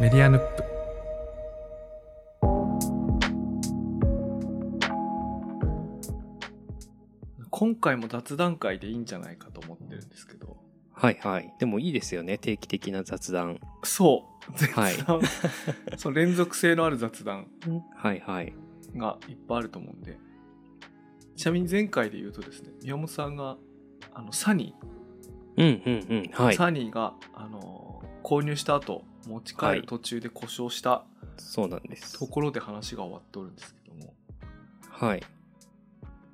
メディアヌップ今回も雑談会でいいんじゃないかと思ってるんですけどはいはい。でもいいですよね。定期的な雑談。そう雑はい談、 その連続性のある雑談はいはい。がいっぱいあると思うんでちなみに前回で言うとですね宮本さんがあのサニー、うんうんうん。はい。サニーがあの購入した後持ち帰る途中で故障したそうなんですと。ころで話が終わっておるんですけどもはい。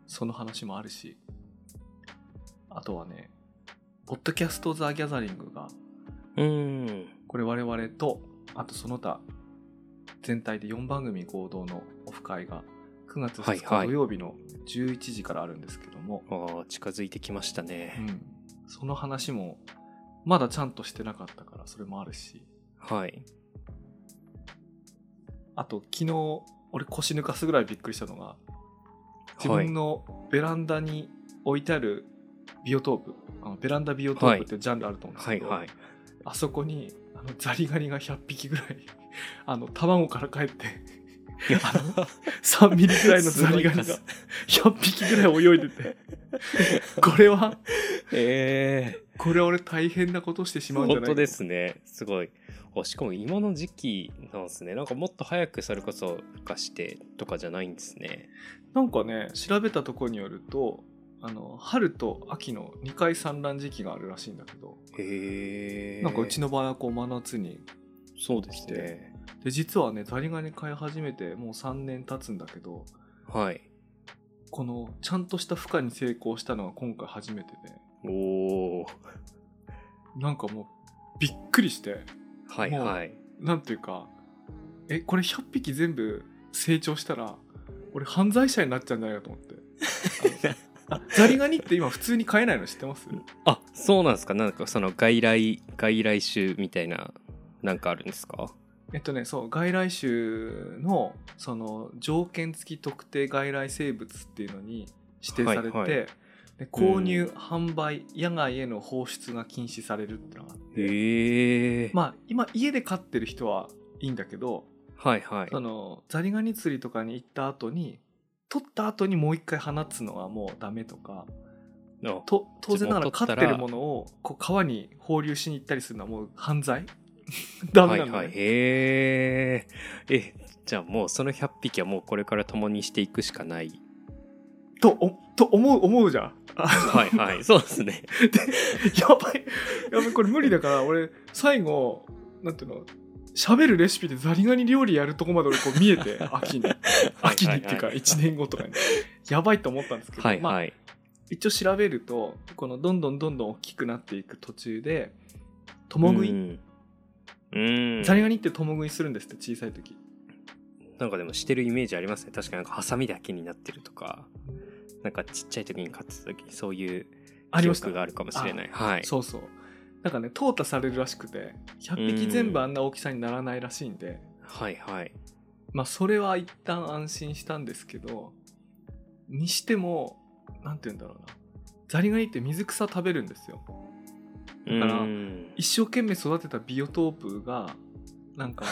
その話もあるしあとはねポッドキャスト・ザ・ギャザリングがうーん。これ我々とあとその他全体で4番組合同のオフ会が9月2はいは日い土曜日の11時からあるんですけども、ああ、近づいてきましたうね。ん、その話もまだちゃんとしてなかったからそれもあるしはい。あと昨日俺腰抜かすぐらいびっくりしたのが自はい分。のベランダに置いてあるビオトープあのベランダビオトープってジャンルあると思うんですはけいど、 はい。あそこにあのザリガニが100匹ぐらい あの卵から帰ってあ の3ミリぐらいのザリガニがすごい100匹ぐらい泳いでて これはえこれは俺大変なことしてしえまうんじゃな本い当ですね。すごい。あしかも今の時期なんですね。なんかもっと早くそれこそ孵化してとかじゃないんですね。なんかね調べたところによるとあの春と秋の2回産卵時期があるらしいんだけど、へえ。なんかうちの場合はこう真夏にそうですね。で実はねザリガニ飼い始めてもう3年経つんだけどはい。このちゃんとした孵化に成功したのは今回初めてで、おお。なんかもうびっくりしてはいはい。なんていうかえこれ100匹全部成長したら俺犯罪者になっちゃうんじゃないかと思ってあ のあザリガニって今普通に飼えないの知ってますあそうなんですかなんかその外来外来種みたいななんかあるんですかえっとねそう外来種のその条件付き特定外来生物っていうのに指定されて、はいはいで購入販売野外への放出が禁止されるってのがあってへえ、まあ今家で飼ってる人はいいんだけどはいはいそのザリガニ釣りとかに行った後に取った後にもう一回放つのはもうダメとかあと当然ながら自飼っ分を取ったてらるものをこう川に放流しに行ったりするのはもう犯 罪ダメないの、はねはいへええじゃあもうその100匹はもうこれから共にしていくしかないとおと思う思うじゃんあはい はいそうですねやばいやばいこれ無理だから俺最後なんていうの喋るレシピでザリガニ料理やるとこまで俺こう見えて 秋に秋にっていうかはい1年後とかにやばいと思ったんですけど、はいまあはい一応調べるとこのどんどんどんどん大きくなっていく途中で共食ういんうんザリガニって共食いするんですって小さい時なんかでもしてるイメージありますね確かになんかハサミだけになってるとかなんかちっちゃい時に飼ってた時にそういうあり記ました憶があるかもしれないはいそうそうなんかね淘汰されるらしくて100匹全部あんな大きさにならないらしいんではいはいまあそれは一旦安心したんですけどにしてもなんて言うんだろうなザリガニって水草食べるんですよだから一生懸命育てたビオトープがなんか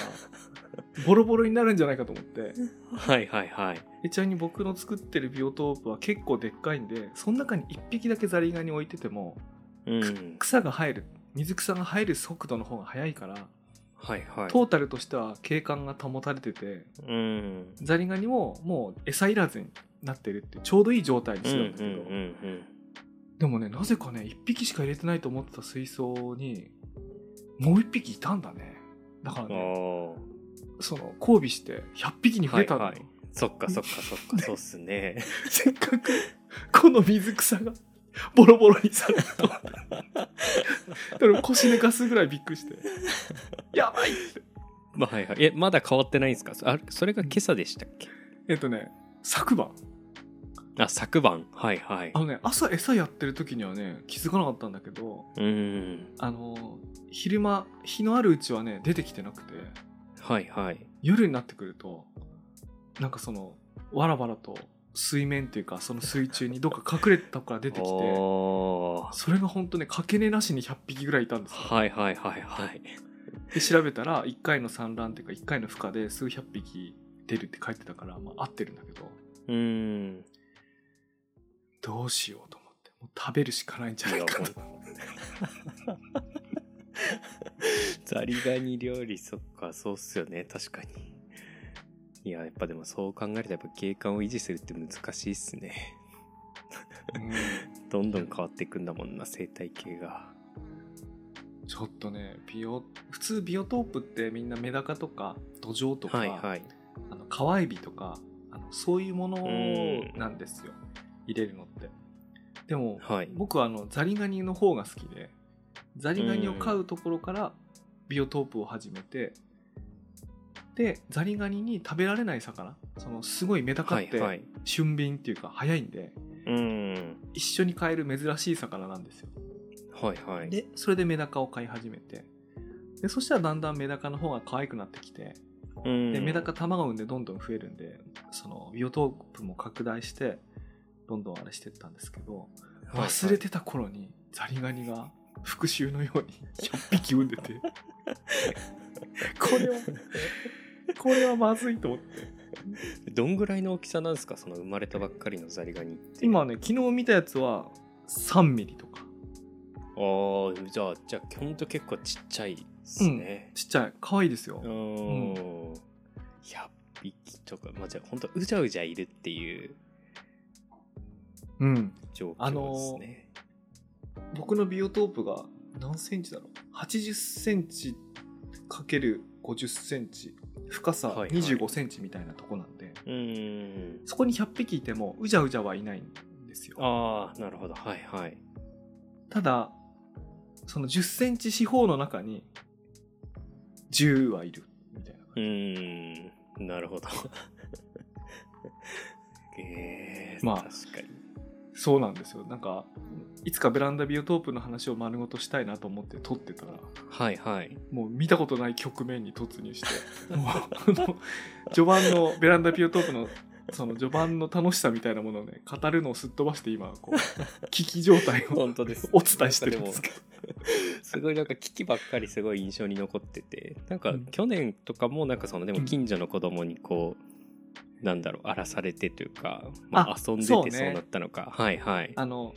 ボロボロになるんじゃないかと思ってはいはいはいでちなみに僕の作ってるビオトープは結構でっかいんでその中に1匹だけザリガニ置いててもうん草が生える水草が生える速度の方が速いからはいはいトータルとしては景観が保たれててうんザリガニももう餌いらずになってるっていうちょうどいい状態にうんしてたんだけど、うんうんでもねなぜかね1匹しか入れてないと思ってた水槽にもう1匹いたんだねだからうんねおーその交尾して100匹に増えたんだよ、はいはいそっかそっかそ っかそうっすねせっかくこの水草がボロボロにされると思 ってでも腰抜かすぐらいびっくりしてやばいってまあはいはいえまだ変わってないんですかそあそれが今朝でしたっけえっとね昨晩あ昨晩はいはいあのね朝餌やってる時にはね気づかなかったんだけどうんあの昼間日のあるうちはね出てきてなくてはいはい夜になってくるとなんかそのわらわらと水面っていうかその水中にどっか隠れたとこから出てきて おーそれが本当ねかけねなしに100匹ぐらいいたんですよはいはいはいはいで調べたら1回の産卵っていうか1回の孵化で数百匹出るって書いてたから、まあ、合ってるんだけどうん。どうしようと思ってもう食べるしかないんじゃないかなやザリガニ料理、そっか、そうっすよね、確かに。いや、やっぱでもそう考えると、やっぱ景観を維持するって難しいっすね。うんどんどん変わっていくんだもんな、生態系が。ちょっとねビオ普通ビオトープってみんなメダカとか土壌とか、はいはい。あの川エビとかあのそういうものうんなんですよ入れるのってでもはい。僕はあのザリガニの方が好きでザリガニを飼うところからビオトープを始めて、でザリガニに食べられない魚そのすごいメダカはっいてはい。俊敏っていうか早いんでうん。一緒に飼える珍しい魚なんですよはいはい。でそれでメダカを飼い始めてでそしたらだんだんメダカの方が可愛くなってきてうんでメダカ卵を産んでどんどん増えるんでそのビオトープも拡大してどんどんあれしてったんですけどはいはい忘れてた頃にザリガニが復讐のよ うに100匹産んでてこれはこれはまずいと思ってどんぐらいの大きさなんですかその生まれたばっかりのザリガニって今あね昨日見たやつは3ミリとかあじゃあじゃあほんと結構ちっちゃいっすねちっちゃい可愛いですよ、うーん100匹とかまあじゃあほんとうじゃうじゃいるっていううん、状況ですね、僕のビオトープが何センチだろう80センチかける50センチ深さはいはい25センチみたいなとこなんで、うーんそこに100匹いてもうじゃうじゃはいないんですよああなるほどはいはいただその10センチ四方の中に10はいるみたいな感うじ、ーんなる ほどえー、まあ確かにそうなんですよなんかいつかベランダビオトープの話を丸ごとしたいなと思って撮ってたらはいはいもう見たことない局面に突入してもうあの序盤のベランダビオトープのその序盤の楽しさみたいなものをね語るのをすっ飛ばして今こう危機状態を本当 ですお伝えしてるんですけどすごいなんか危機ばっかりすごい印象に残っててなんかうん去年とかもなんかそのでうもん近所の子供にこうなんだろう荒らされてというか、まああ遊んでてそそううねなったのか、はいはいあの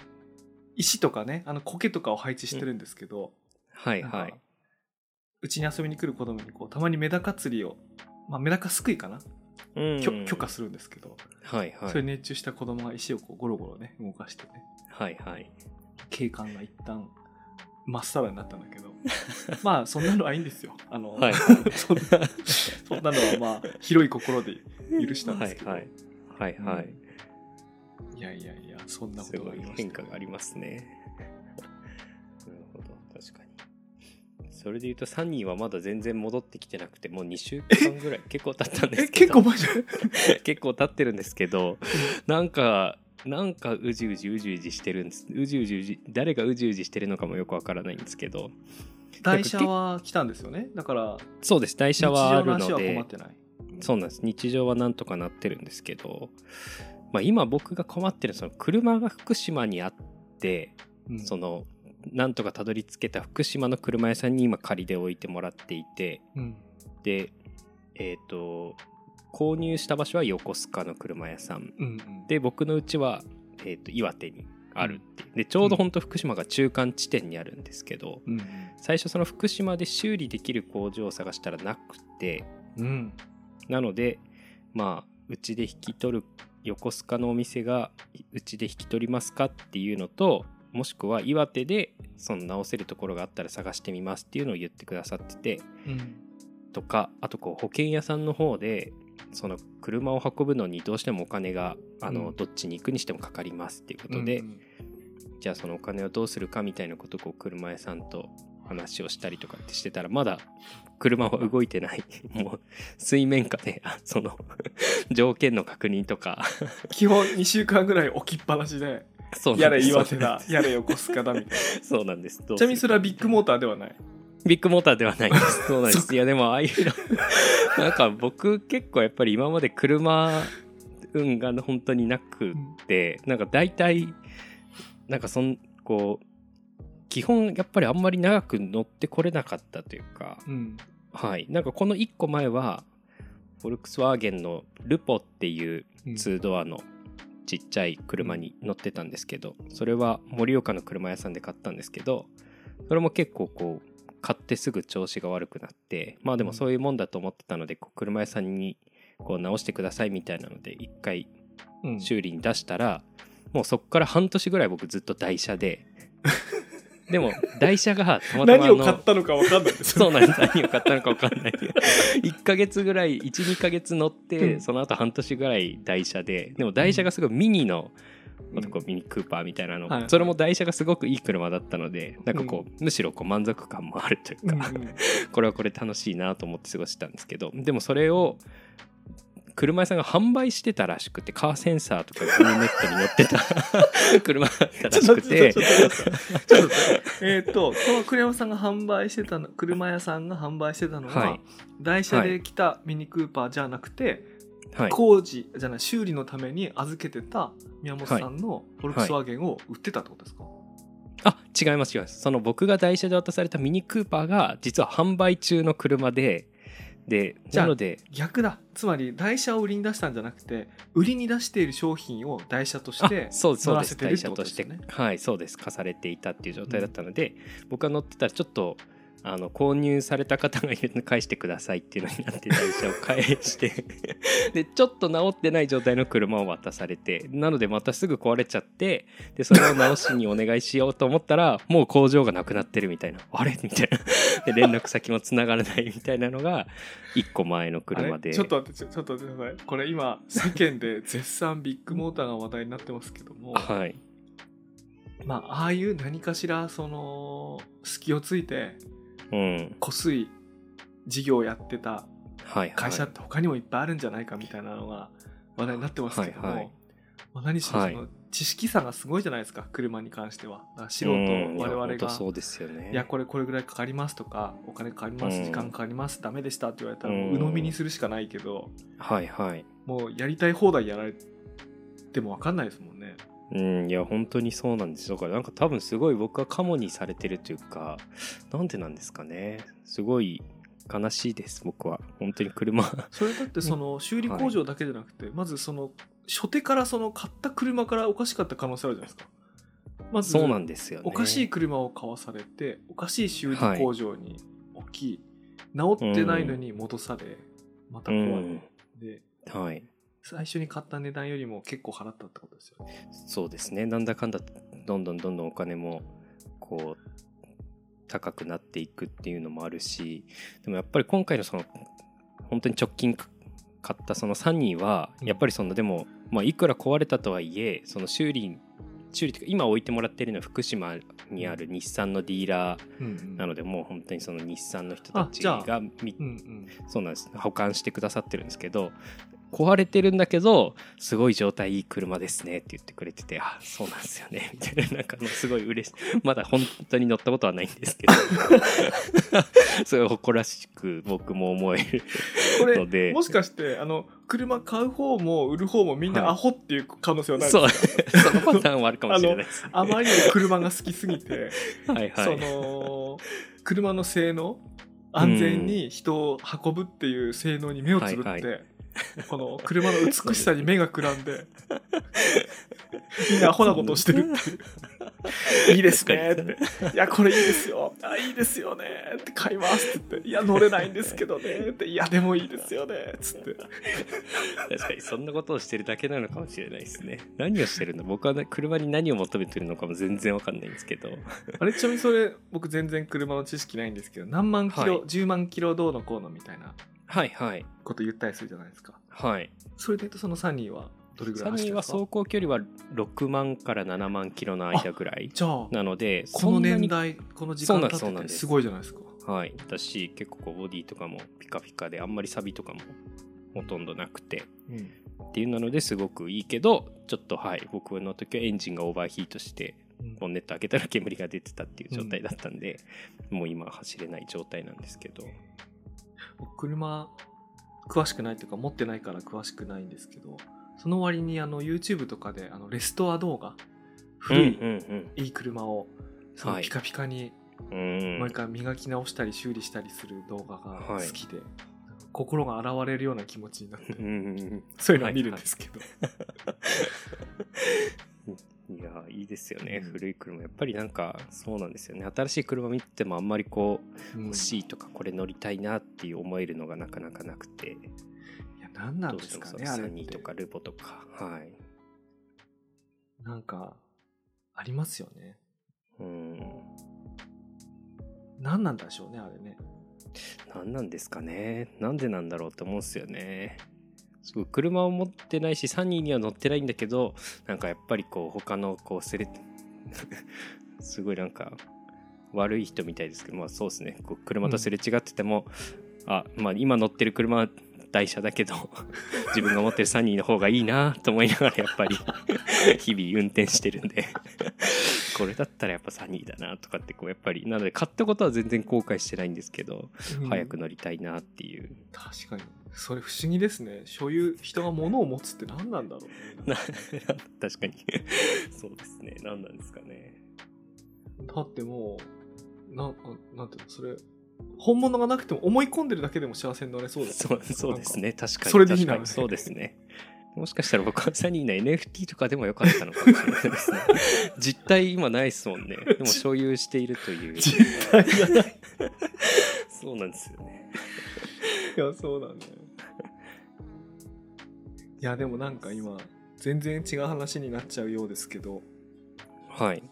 石とかねあの苔とかを配置してるんですけど、はいなんかはい。うちに遊びに来る子供にこうたまにメダカ釣りを、まあ、メダカすくいかな、うん許許可するんですけど、はいはいそれ熱中した子供が石をこうゴロゴロね動かしてねはいはい警官が一旦まっさらになったんだけど まあそんなのはいいんですよあの、はい そんなそんなのはまあ広い心で許したんですけど、はいはいはいはい、いやいやいやそんなこすとごがあいりました変化がありますね なるほど確かにそれで言うとサニーはまだ全然戻ってきてなくてもう2週間ぐらい 結構経ったんでえすけ結ど構前じゃない 結構経ってるんですけどなんかなんかうじうじうじうじしてるんですうじうじうじ誰がうじうじしてるのかもよくわからないんですけど台車は来たんですよねだからそうです台日常車はあるのの足は困でってないそうなんです日常はなんとかなってるんですけど、まあ、今僕が困ってるその車が福島にあってうんそのなんとかたどり着けた福島の車屋さんに今借りで置いてもらっていてうんでえっ、と購入した場所は横須賀の車屋さんうんうんで僕のうちは、えー、と岩手にあるっていうでちょうど本当福島が中間地点にあるんですけど、うん最初その福島で修理できる工場を探したらなくてうんなのでまあうちで引き取る横須賀のお店がうちで引き取りますかっていうのともしくは岩手でその直せるところがあったら探してみますっていうのを言ってくださっててうんとかあとこう保険屋さんの方でその車を運ぶのにどうしてもお金があの、うんどっちに行くにしてもかかりますっていうこうとんで、うんじゃあそのお金をどうするかみたいなことをこう車屋さんと話をしたりとかってしてたらまだ車は動いてない もう水面下であその条件の確認とか基本2週間ぐらい置きっぱなしでそうなやんでれす岩手だやれ横須賀だみたいな そうなんですどうちなみにそれはビッグモーーターではない。ビッグモーターではないですそうなんでそっすいやでもああいうのなんか僕結構やっぱり今まで車運が本当になくてなんか大体なんかそんこう基本やっぱりあんまり長く乗ってこれなかったというか、うんはい、なんかこの1個前はフォルクスワーゲンのルポっていううんツードアのちっちゃい車に乗ってたんですけどそれは盛岡の車屋さんで買ったんですけどそれも結構こう買ってすぐ調子が悪くなってまあでもそういうもんだと思ってたのでこう車屋さんにこう直してくださいみたいなので一回うん修理に出したら、もうそっから半年ぐらい僕ずっと台車ででも台車がたまたま何あを買っのたのか分かんないですそうなんです何を買ったのか分かんない1 ヶ月ぐらい12ヶ月乗って、うんその後半年ぐらい台車ででも台車がすごいミニの、うんこうミニクーパーみたいなの、はいそれも台車がすごくいい車だったのでなんかこう、むしろこう満足感もあるといううか、んうん これはこれ楽しいなと思って過ごしてたんですけどでもそれを車屋さんが販売してたらしくてカーセンサーとかグルーネットに乗ってた 車だったらちしょっとく待っててちょっと待ってちょっと待ってえーっとこの栗山さんが販売してたの車屋さんが販売してたのは、はい台車で来たミニクーパーじゃなくて、はい工事じゃない修理のために預けてた宮本さんのフォルクスワーゲンを売ってたってことですか、あ違います違いますその僕が台車で渡されたミニクーパーが実は販売中の車ででじゃあなので逆だつまり台車を売りに出したんじゃなくて売りに出している商品を台車としあてそうそ乗うらでせすてる台って車こととでしすてよねはいそうです貸されていたっていう状態だったので、僕が乗ってたらちょっとあの購入された方がいるので返してくださいっていうのになって台車を返して でちょっと直ってない状態の車を渡されてなのでまたすぐ壊れちゃってでそれを直しにお願いしようと思ったら もう工場がなくなってるみたいなあれみたいなで連絡先もつながらないみたいなのが1個前のあれ車でちょっと待ってちょちょっと待ってくださいこれ今世間で絶賛ビッグモーターが話題になってますけどもはいまあああいう何かしらその隙をついてうんこすい事業をやってたはいはい会社って他にもいっぱいあるんじゃないかみたいなのが話題になってますけども、はいはいまあ、何しろそはの知識差がすごいじゃないですか車に関してはだから素人うんい我や々本当がそうですよねいやこれこれぐらいかかりますとかお金かかります、うん時間かかりますダメでしたって言われたらうんもう鵜呑みにするしかないけど、はいはいもうやりたい放題やられても分かんないですもんねうんいや本当にそうなんですだからなんか多分すごい僕はカモにされてるというかなんでなんですかねすごい悲しいです僕は本当に車それだってその修理工場だけじゃなくて、まずその初手からその買った車からおかしかった可能性あるじゃないですかまずそうなんですよねおかしい車を買わされておかしい修理工場に置き、直ってないのに戻され、またう壊んれではい最初に買った値段よりも結構払ったってことですよねそうですねなんだかんだどんどんどんどんお金もこう高くなっていくっていうのもあるしでもやっぱり今回のその本当に直近か買ったそのサニーはうんやっぱりそのでも、まあ、いくら壊れたとはいえその修理修理というか今置いてもらっているのは福島にある日産のディーラーなのでもう本当にその日産の人たちあじゃがみうんうんそうなんです保管してくださってるんですけど壊れてるんだけどすごい状態いい車ですねって言ってくれててあそうなんですよね みたいななんかもうすごい嬉しいまだ本当に乗ったことはないんですけど すごい誇らしく僕も思えるこのれでもしかしてあの車買う方も売る方もみんなはいアホっていう可能性はないですか、そうそのパターンはあるかもしれないですね、あまりにも車が好きすぎて、 はいはそいの車の性能安全に人を運ぶっていう性能に目をつぶって、はいはこの車の美しさに目がくらん でみんなアホなことをしてる っていういいですねっていやこれいいですよあいいですよねって買いますって言っていや乗れないんですけどねっていやでもいいですよねっつって確かにそんなことをしてるだけなのかもしれないですね何をしてるの僕はね車に何を求めてるのかも全然わかんないんですけどあれちなみにそれ僕全然車の知識ないんですけど何万キロ、はい10万キロどうのこうのみたいなはいはいこと言ったりするじゃないですかはいそれで言うとそのサニーはどれぐらサい走ってるんでニーはすか走行距離は6万から7万キロの間ぐらいじゃあなのでこの年そんな代この時間経そうっなんててですすごいじゃないですかにはいだし結構こうボディとかもピカピカであんまりサビとかもほとんどなくてうんっていうのですごくいいけどちょっとはい僕の時はエンジンがオーバーヒートしてボンネット開けたら煙が出てたっていう状態だったんで、もう今は走れない状態なんですけど僕車詳しくないというか持ってないから詳しくないんですけどその割にあの YouTube とかであのレストア動画古いうんうんうんいい車をすごいはいピカピカにうん毎回磨き直したり修理したりする動画が好はいきで、なんか心が洗われるような気持ちになって、うん そういうのは見るんですけど、いやいいですよね、うん古い車やっぱりなんかそうなんですよね新しい車見てもあんまりこううん欲しいとかこれ乗りたいなっていう思えるのがなかなかなくていや何などんうでしてすもかさねあサれっニーてとかルポとかはいなんかありますよねうん何なんでしょうねあれね何なんですかねなんでなんだろうって思うんですよねすごい車を持ってないしサニーには乗ってないんだけどなんかやっぱりこう他のこうセレ すごいなんか悪い人みたいですけどまあそうですねこう車とすれ違ってても、あまあ今乗ってる車は台車だけど 自分が持ってるサニーの方がいいなと思いながらやっぱり 日々運転してるんでこれだったらやっぱサニーだなとかってこうやっぱりなので買ったことは全然後悔してないんですけど早くうん乗りたいなっていう、 確かにそれ不思議ですね所有人が物を持つって何なんだろう、ねな、確かに そうですね何なんですかねだってもうなあなんていうのそれ本物がなくても思い込んでるだけでも幸せになれそうですそうそうですね確かにそれでいいな確かにそうですねもしかしたら僕はサニー の NFT とかでもよかったのかもしれないですね 実態今ないですもんねでも所有しているという実態がないそうなんですよねいやそうなんだよいやでもなんか今全然違う話になっちゃうようですけどはい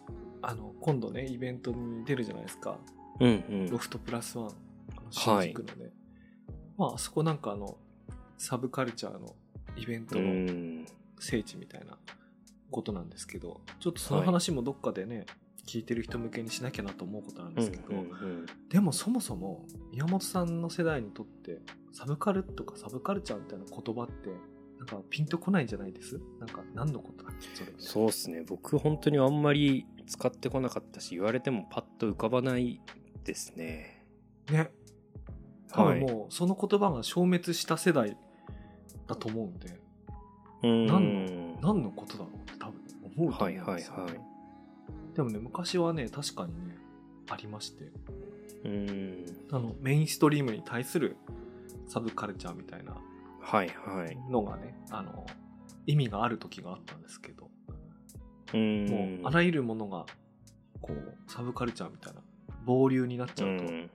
あの今度ねイベントに出るじゃないですかうんうロんフトプラスワン、あの新宿のね、まあ、あそこなんかあの、サブカルチャーのイベントうのん聖地みたいなことなんですけど、ちょっとその話もどっかでね、聞いてる人向けにしなきゃなと思うことなんですけど、うんでもそもそも宮本さんの世代にとってサブカルとかサブカルチャーみたいな言葉ってなんかピンとこないんじゃないですなんか何のことだっけそれそうですね僕本当にあんまり使ってこなかったし言われてもパッと浮かばないですねね多は分いもうその言葉が消滅した世代だと思うんで、うん何何のことだろうって多分思うと思はいうんはでいすよねはいでもね昔はね確かにねありましてうんあのメインストリームに対するサブカルチャーみたいなはいはいのがねあの意味がある時があったんですけどうんもうあらゆるものがこうサブカルチャーみたいな暴流になっちゃうと、うんうん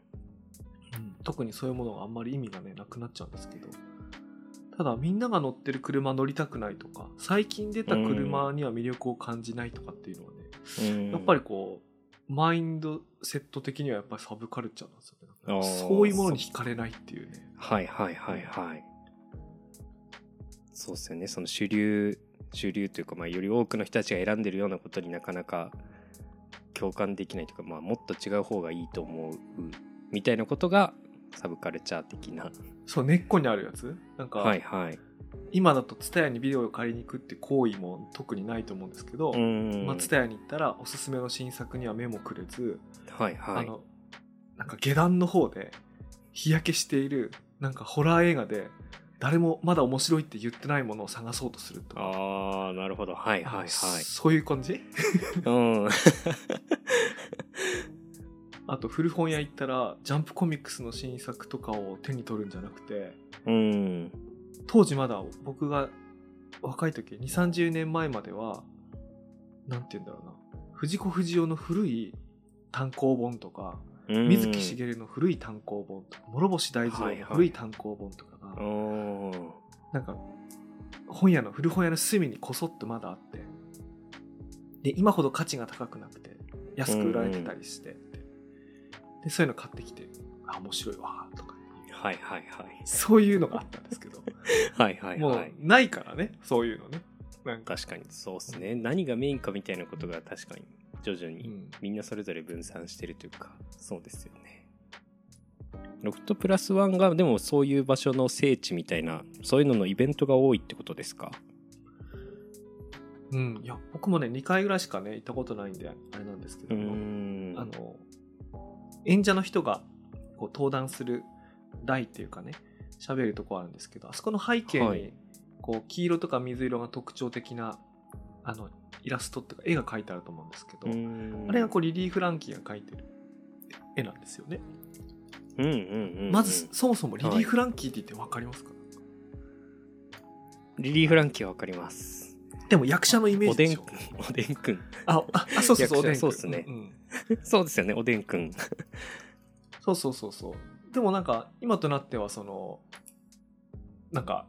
特にそういうものがあんまり意味がねなくなっちゃうんですけどただみんなが乗ってる車乗りたくないとか最近出た車には魅力を感じないとかっていうのはね、うんやっぱりこうマインドセット的にはやっぱりサブカルチャーなんですよねあーそういうものに惹かれないっていうねはいはいはいはいそうっすよねその主流主流というか、まあ、より多くの人たちが選んでるようなことになかなか共感できないというか、まあ、もっと違う方がいいと思うみたいなことがサブカルチャー的なそう根っこにあるやつなんか、はいはい今だと TSUTAYA にビデオを借りに行くって行為も特にないと思うんですけど、んまあ、TSUTAYA に行ったらおすすめの新作には目もくれず、はいはあいのなんか下段の方で日焼けしているなんかホラー映画で誰もまだ面白いって言ってないものを探そうとするとかああなるほどはいはいはいそういう感じうんあと古本屋行ったらジャンプコミックスの新作とかを手に取るんじゃなくてうん当時まだ僕が若い時2 3 0年前まではなんて言うんだろうな藤子不二雄の古い単行本とかうん水木しげるの古い単行本とか諸星大二は郎いはのい古い単行本とかが、うんなんか本屋の古本屋の隅にこそっとまだあってで今ほど価値が高くなくて安く売られてたりして、でそういうの買ってきてあ面白いわとかっていうはいはいはいそういうのがあったんですけど はいはいもはういないからねそういうのねなんか、確かにそうですね何がメインかみたいなことが確かに徐々うにんみんなそれぞれ分散してるというかそうですよねロフトプラスワンがでもそういう場所の聖地みたいなそういうののイベントが多いってことですかうん、いや僕もね2回ぐらいしかね行ったことないんであれなんですけども、んあの演者の人がこう登壇する台っていうかね喋るとこあるんですけどあそこの背景はにいこう黄色とか水色が特徴的なあのイラストっていうか絵が描いてあると思うんですけど、うんあれがこうリリー・フランキーが描いてる絵なんですよね。うんうんうんうんまずそもそもリリー・フランキーって言って分かりますか、リリー・フランキーはわかりますでも役者のイメーおジででしんょくんおでんくんあああそうそうそうお役者でんくんそうっすねうんうん そうですよねおでんくんそうそうそうそうでもなんか今となってはそのなんか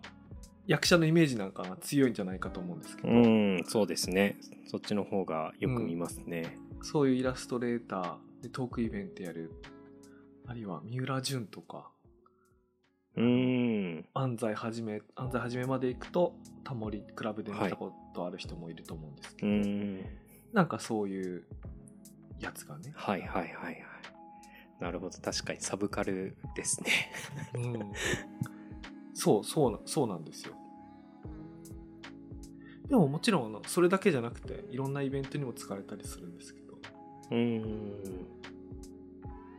役者のイメージなんかが強いんじゃないかと思うんですけど、うんそうですねそっちの方がよく見ますね、そういうイラストレーターでトークイベントやるあるいは三浦淳とかうん、安西はじめ安西はじめまで行くとタモリクラブで見たことある人もいると思うんですけうど、んなんかそういうやつがね、はいはいはいはいなるほど確かにサブカルですねうん、そうそうなそうなんですよでももちろんあのそれだけじゃなくていろんなイベントにも使われたりするんですけどうん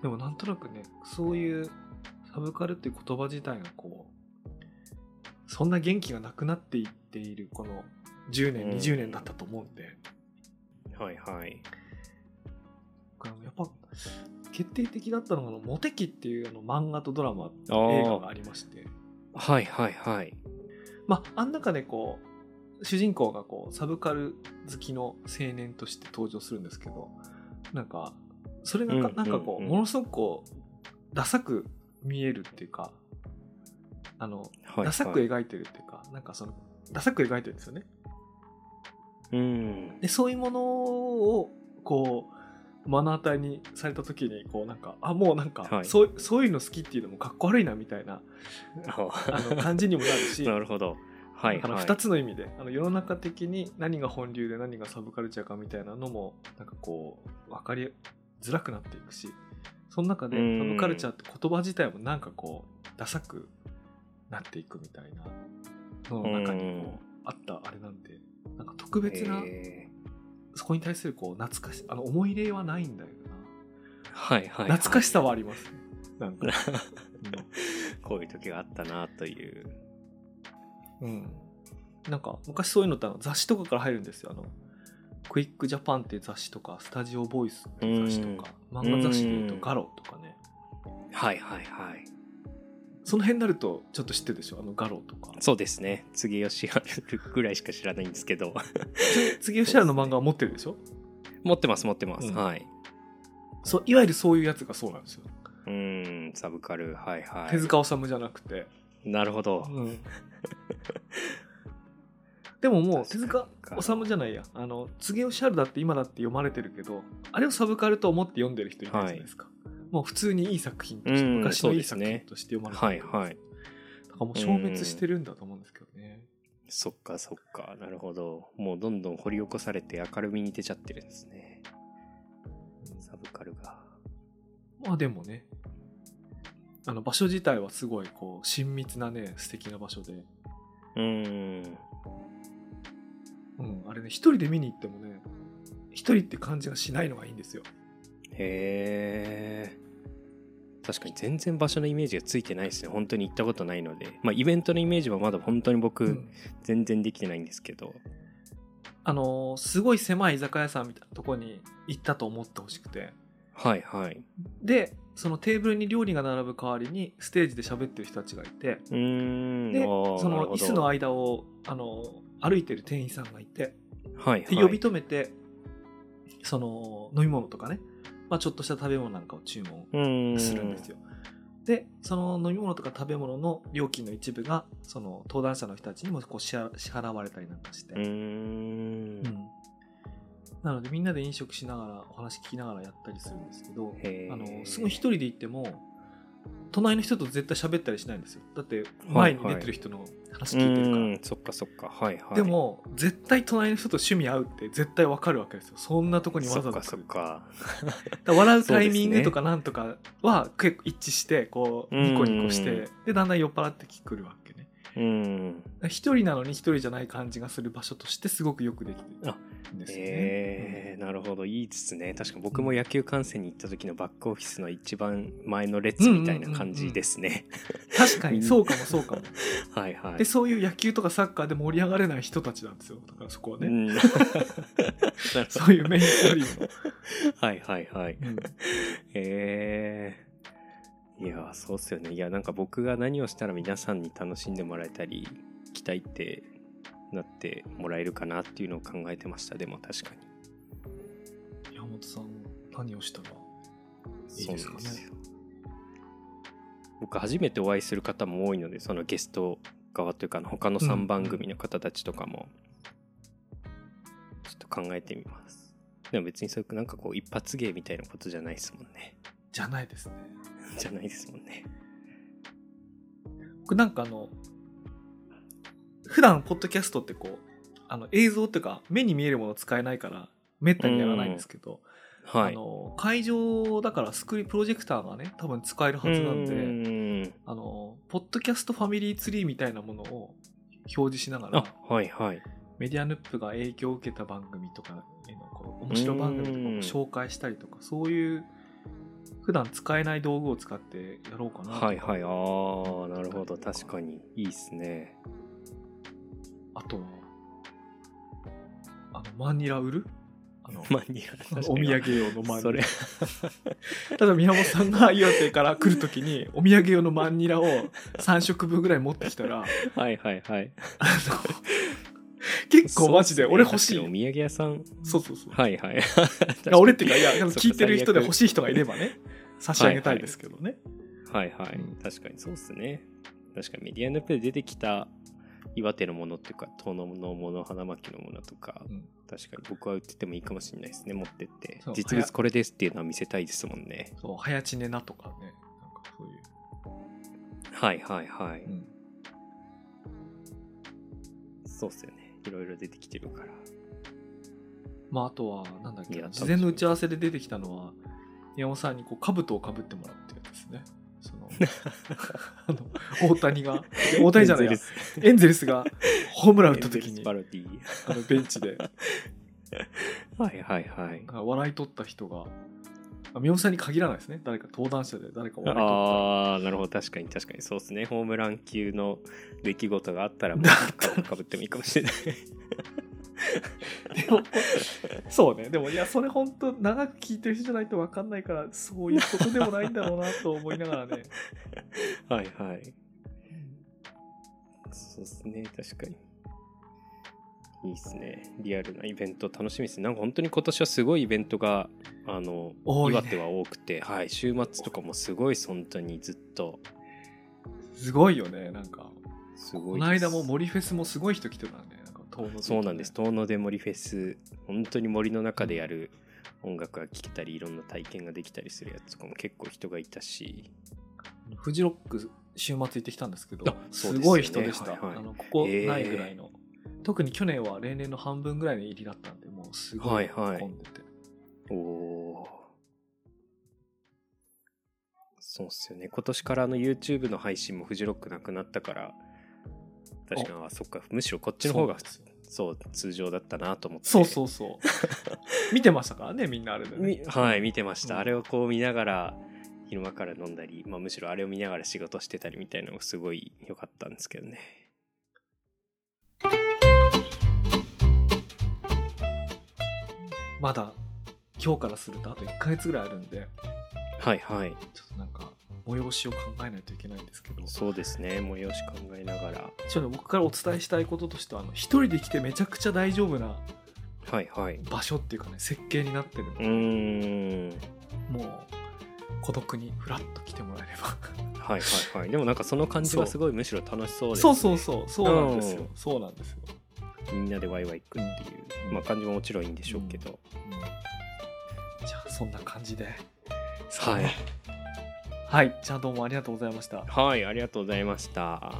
でもなんとなくねそういうサブカルっていう言葉自体がこうそんな元気がなくなっていっているこの10年、うん20年だったと思うんではいはいあのやっぱ決定的だったのがあの「モテキ」っていうあの漫画とドラマあ映ー画がありましてはいはいはいまああん中でこう主人公がこうサブカル好きの青年として登場するんですけどなんかそれがかうんなんかこううんものすごくこうダサく見えるっていうかあのはいはいダサく描いてるっていうかなんかそのダサく描いてるんですよねうんでそういうものをこう目の当たりにされた時にこうなんかあもうなんか、はいそうそういうの好きっていうのもかっこ悪いなみたいなあの感じにもなるし なるほどはいあのはい2つの意味であの世の中的に何が本流で何がサブカルチャーかみたいなのもなんかこう分かりづらくなっていくしその中でうんサブカルチャーって言葉自体もなんかこうダサくなっていくみたいなのの中にこうあったあれなんでなんか特別な、えそこに対するこう懐かしあの思い入れはないんだよーはいはいな、はい懐かしさはありますねなん か、こういう時があったなといううんうんなんか昔そういうのってあの雑誌とかから入るんですよあのクイックジャパンっていう雑誌とかスタジオボイスっていう雑誌とか漫画雑誌でいうとうんガロとかねはいはいはいその辺になるとちょっと知ってるでしょあのガロとかそうですね次吉原ぐらいしか知らないんですけど 次吉原の漫画は持ってるでしょ持ってます持ってます、うんはいそういわゆるそういうやつがそうなんですよ、うんサブカルはいは手塚治虫じゃなくていなるほど、うん でももう手確塚かに治虫じゃないやあの「柘植義春だって今だって読まれてるけどあれをサブカルと思って読んでる人いないじゃないですか、もう普通にいい作品としてうん昔のいいそう作ですね品として読まれはているはいだからもう消滅してるんだと思うんですけどね、そっかそっかなるほどもうどんどん掘り起こされて明るみに出ちゃってるんですねサブカルがまあでもねあの場所自体はすごいこう親密なね素敵な場所で、うんうん、あれね一人で見に行ってもね一人って感じがしないのがいいんですよへえ確かに全然場所のイメージがついてないですね本当に行ったことないのでまあイベントのイメージはまだ本当にう僕ん全然できてないんですけど、あのーすごい狭い居酒屋さんみたいなとこに行ったと思ってほしくてはいはいでそのテーブルに料理が並ぶ代わりにステージで喋ってる人たちがいてうーんであーそなるのほ椅ど子の間を、あのー歩いてる店員さんがいてはいで呼び止めて、その飲み物とかね、まあ、ちょっとした食べ物なんかを注文はい、するんですよ。でその飲み物とか食べ物の料金の一部がその登壇者の人たちにもこう支払支払われたりなんかして、うーんうん、なのでみんなで飲食しながらお話聞きながらやったりするんですけどへーあのすごい一人で行っても隣の人と絶対喋ったりしないんですよだって前に出てる人の話聞いてるから、うーんそっかそっかはいはいでも絶対隣の人と趣味合うって絶対わかるわけですよそんなとこにわそざっわざか来そっるかだから笑うタイミングとかなんとかは結構一致してこううんニコニコしてでだんだん酔っ払ってくるわけねうん。一人なのに一人じゃない感じがする場所としてすごくよくできてるあんですよね。えー、なるほどいいですね確か僕も野球観戦に行った時のバックオフィスの一番前の列みたいな感じですね、確かにそうかもそうかも。 はいはいでそういう野球とかサッカーで盛り上がれない人たちなんですよだからそこはね、うん なるほそういうメインストリ ームどはいはいはいの、うんえー、いやそうっすよねいやなんか僕が何をしたら皆さんに楽しんでもらえたり期待ってなってもらえるかなっていうのを考えてましたでも確かに山本さん何をしたらいいですかねそうなんよ僕初めてお会いする方も多いのでそのゲスト側というかあの他のうん3番組の方たちとかもちょっと考えてみます、でも別にそういうなんかこう一発芸みたいなことじゃないですもんね じゃないですねじゃないですもんね僕なんかあの普段ポッドキャストってこうあの映像っていうか目に見えるもの使えないからめったにやらないんですけど、はあいの会場だからスクリーンプロジェクターがね多分使えるはずなんで、うーんあのポッドキャストファミリーツリーみたいなものを表示しながらあはいはいメディアヌップが影響を受けた番組とかへのこう面白番組とかも紹介したりとかそういう普段使えない道具を使ってやろうかなとはいはいあーなるほど確かにいいっすねあとはあのマニラ売るあのマニアお土産用のマそニれラただ宮本さんが岩手から来るとき にお土産用のマニラを3食分ぐらい持ってきたらはいはい はいあ の結構マジで俺欲しいそうっすね確かにお土産屋さんそうそうそうはいはいいや俺っていうかいやでもそうか聞いてる人で最悪欲しい人がいればね差し上げたいですけどね、はいはい、確かにそうっすね確かにメディアヌップで出てきた岩手のものっていうか遠野のもの花巻のものとか、うん確かに僕は売っててもいいかもしれないですね持ってってそう実物これですっていうのは見せたいですもんねそう、早知ねなとかね、なんかそういう。はいはいはい、うんそうっすよねいろいろ出てきてるからまあ、あとは、なんだっけいやな、事前の打ち合わせで出てきたのは、宮本さんにこう、兜をかぶってもらうってやつですね。そ の、あの、大谷が、大谷じゃないやエンゼルスエンゼルスがホームラン打エったンゼ時ルスに、パあロディの、ベンチで、はいはいはい笑い取った人が、あ宮本さんに限らないですね。誰か、登壇者で誰か笑い取った。ああなるほど確かに確かにそうですねホームラン級の出来事があったらもだうかぶってもいいかもしれない でもそうねでもいやそれ本当長く聞いてる人じゃないと分かんないからそういうことでもないんだろうなと思いながらねはいはいそうですね確かにいいですねリアルなイベント楽しみですねなんか本当に今年はすごいイベントがあの多いね岩手は多くて、はい、週末とかもすごいです本当にずっと すごいよねなんかすごこいのです間も森フェスもすごい人来てたねなんか遠野とかねそうなんです遠野で森フェス本当に森の中でやる音楽が聴けたりいろんな体験ができたりするやつとかも結構人がいたしフジロック週末行ってきたんですけどあそうですよすねごい人でした、はいはいあのここないぐらいの、特に去年は例年の半分ぐらいの入りだったんでもうすごいはいはい混んでて、おおそうっすよね今年からあの YouTube の配信もフジロックなくなったから確かにあそっかむしろこっちの方がそうなんですよそう通常だったなと思ってそうそうそう 見てましたからねみんなあれで、みね、はい見てました、うんあれをこう見ながら昼間から飲んだり、まあ、むしろあれを見ながら仕事してたりみたいなのがすごい良かったんですけどねまだ今日からするとあと1ヶ月ぐらいあるんではいはいちょっとなんか催しを考えないといけないんですけどそうですね催し考えながらちょっと僕からお伝えしたいこととしてはあの一人で来てめちゃくちゃ大丈夫なはいはい場所っていうかね設計になってるんでうーんもう孤独にフラッと来てもらえればはいはい はいでもなんかその感じはそうすごいむしろ楽しそうですそうそうそうそうなんですよ、うんそうなんですよ、みんなでワイワイ行くっていう、うんまあ、感じももちろんいいんでしょうけど、じゃあそんな感じではい、はいじゃあどうもありがとうございましたはい、ありがとうございました。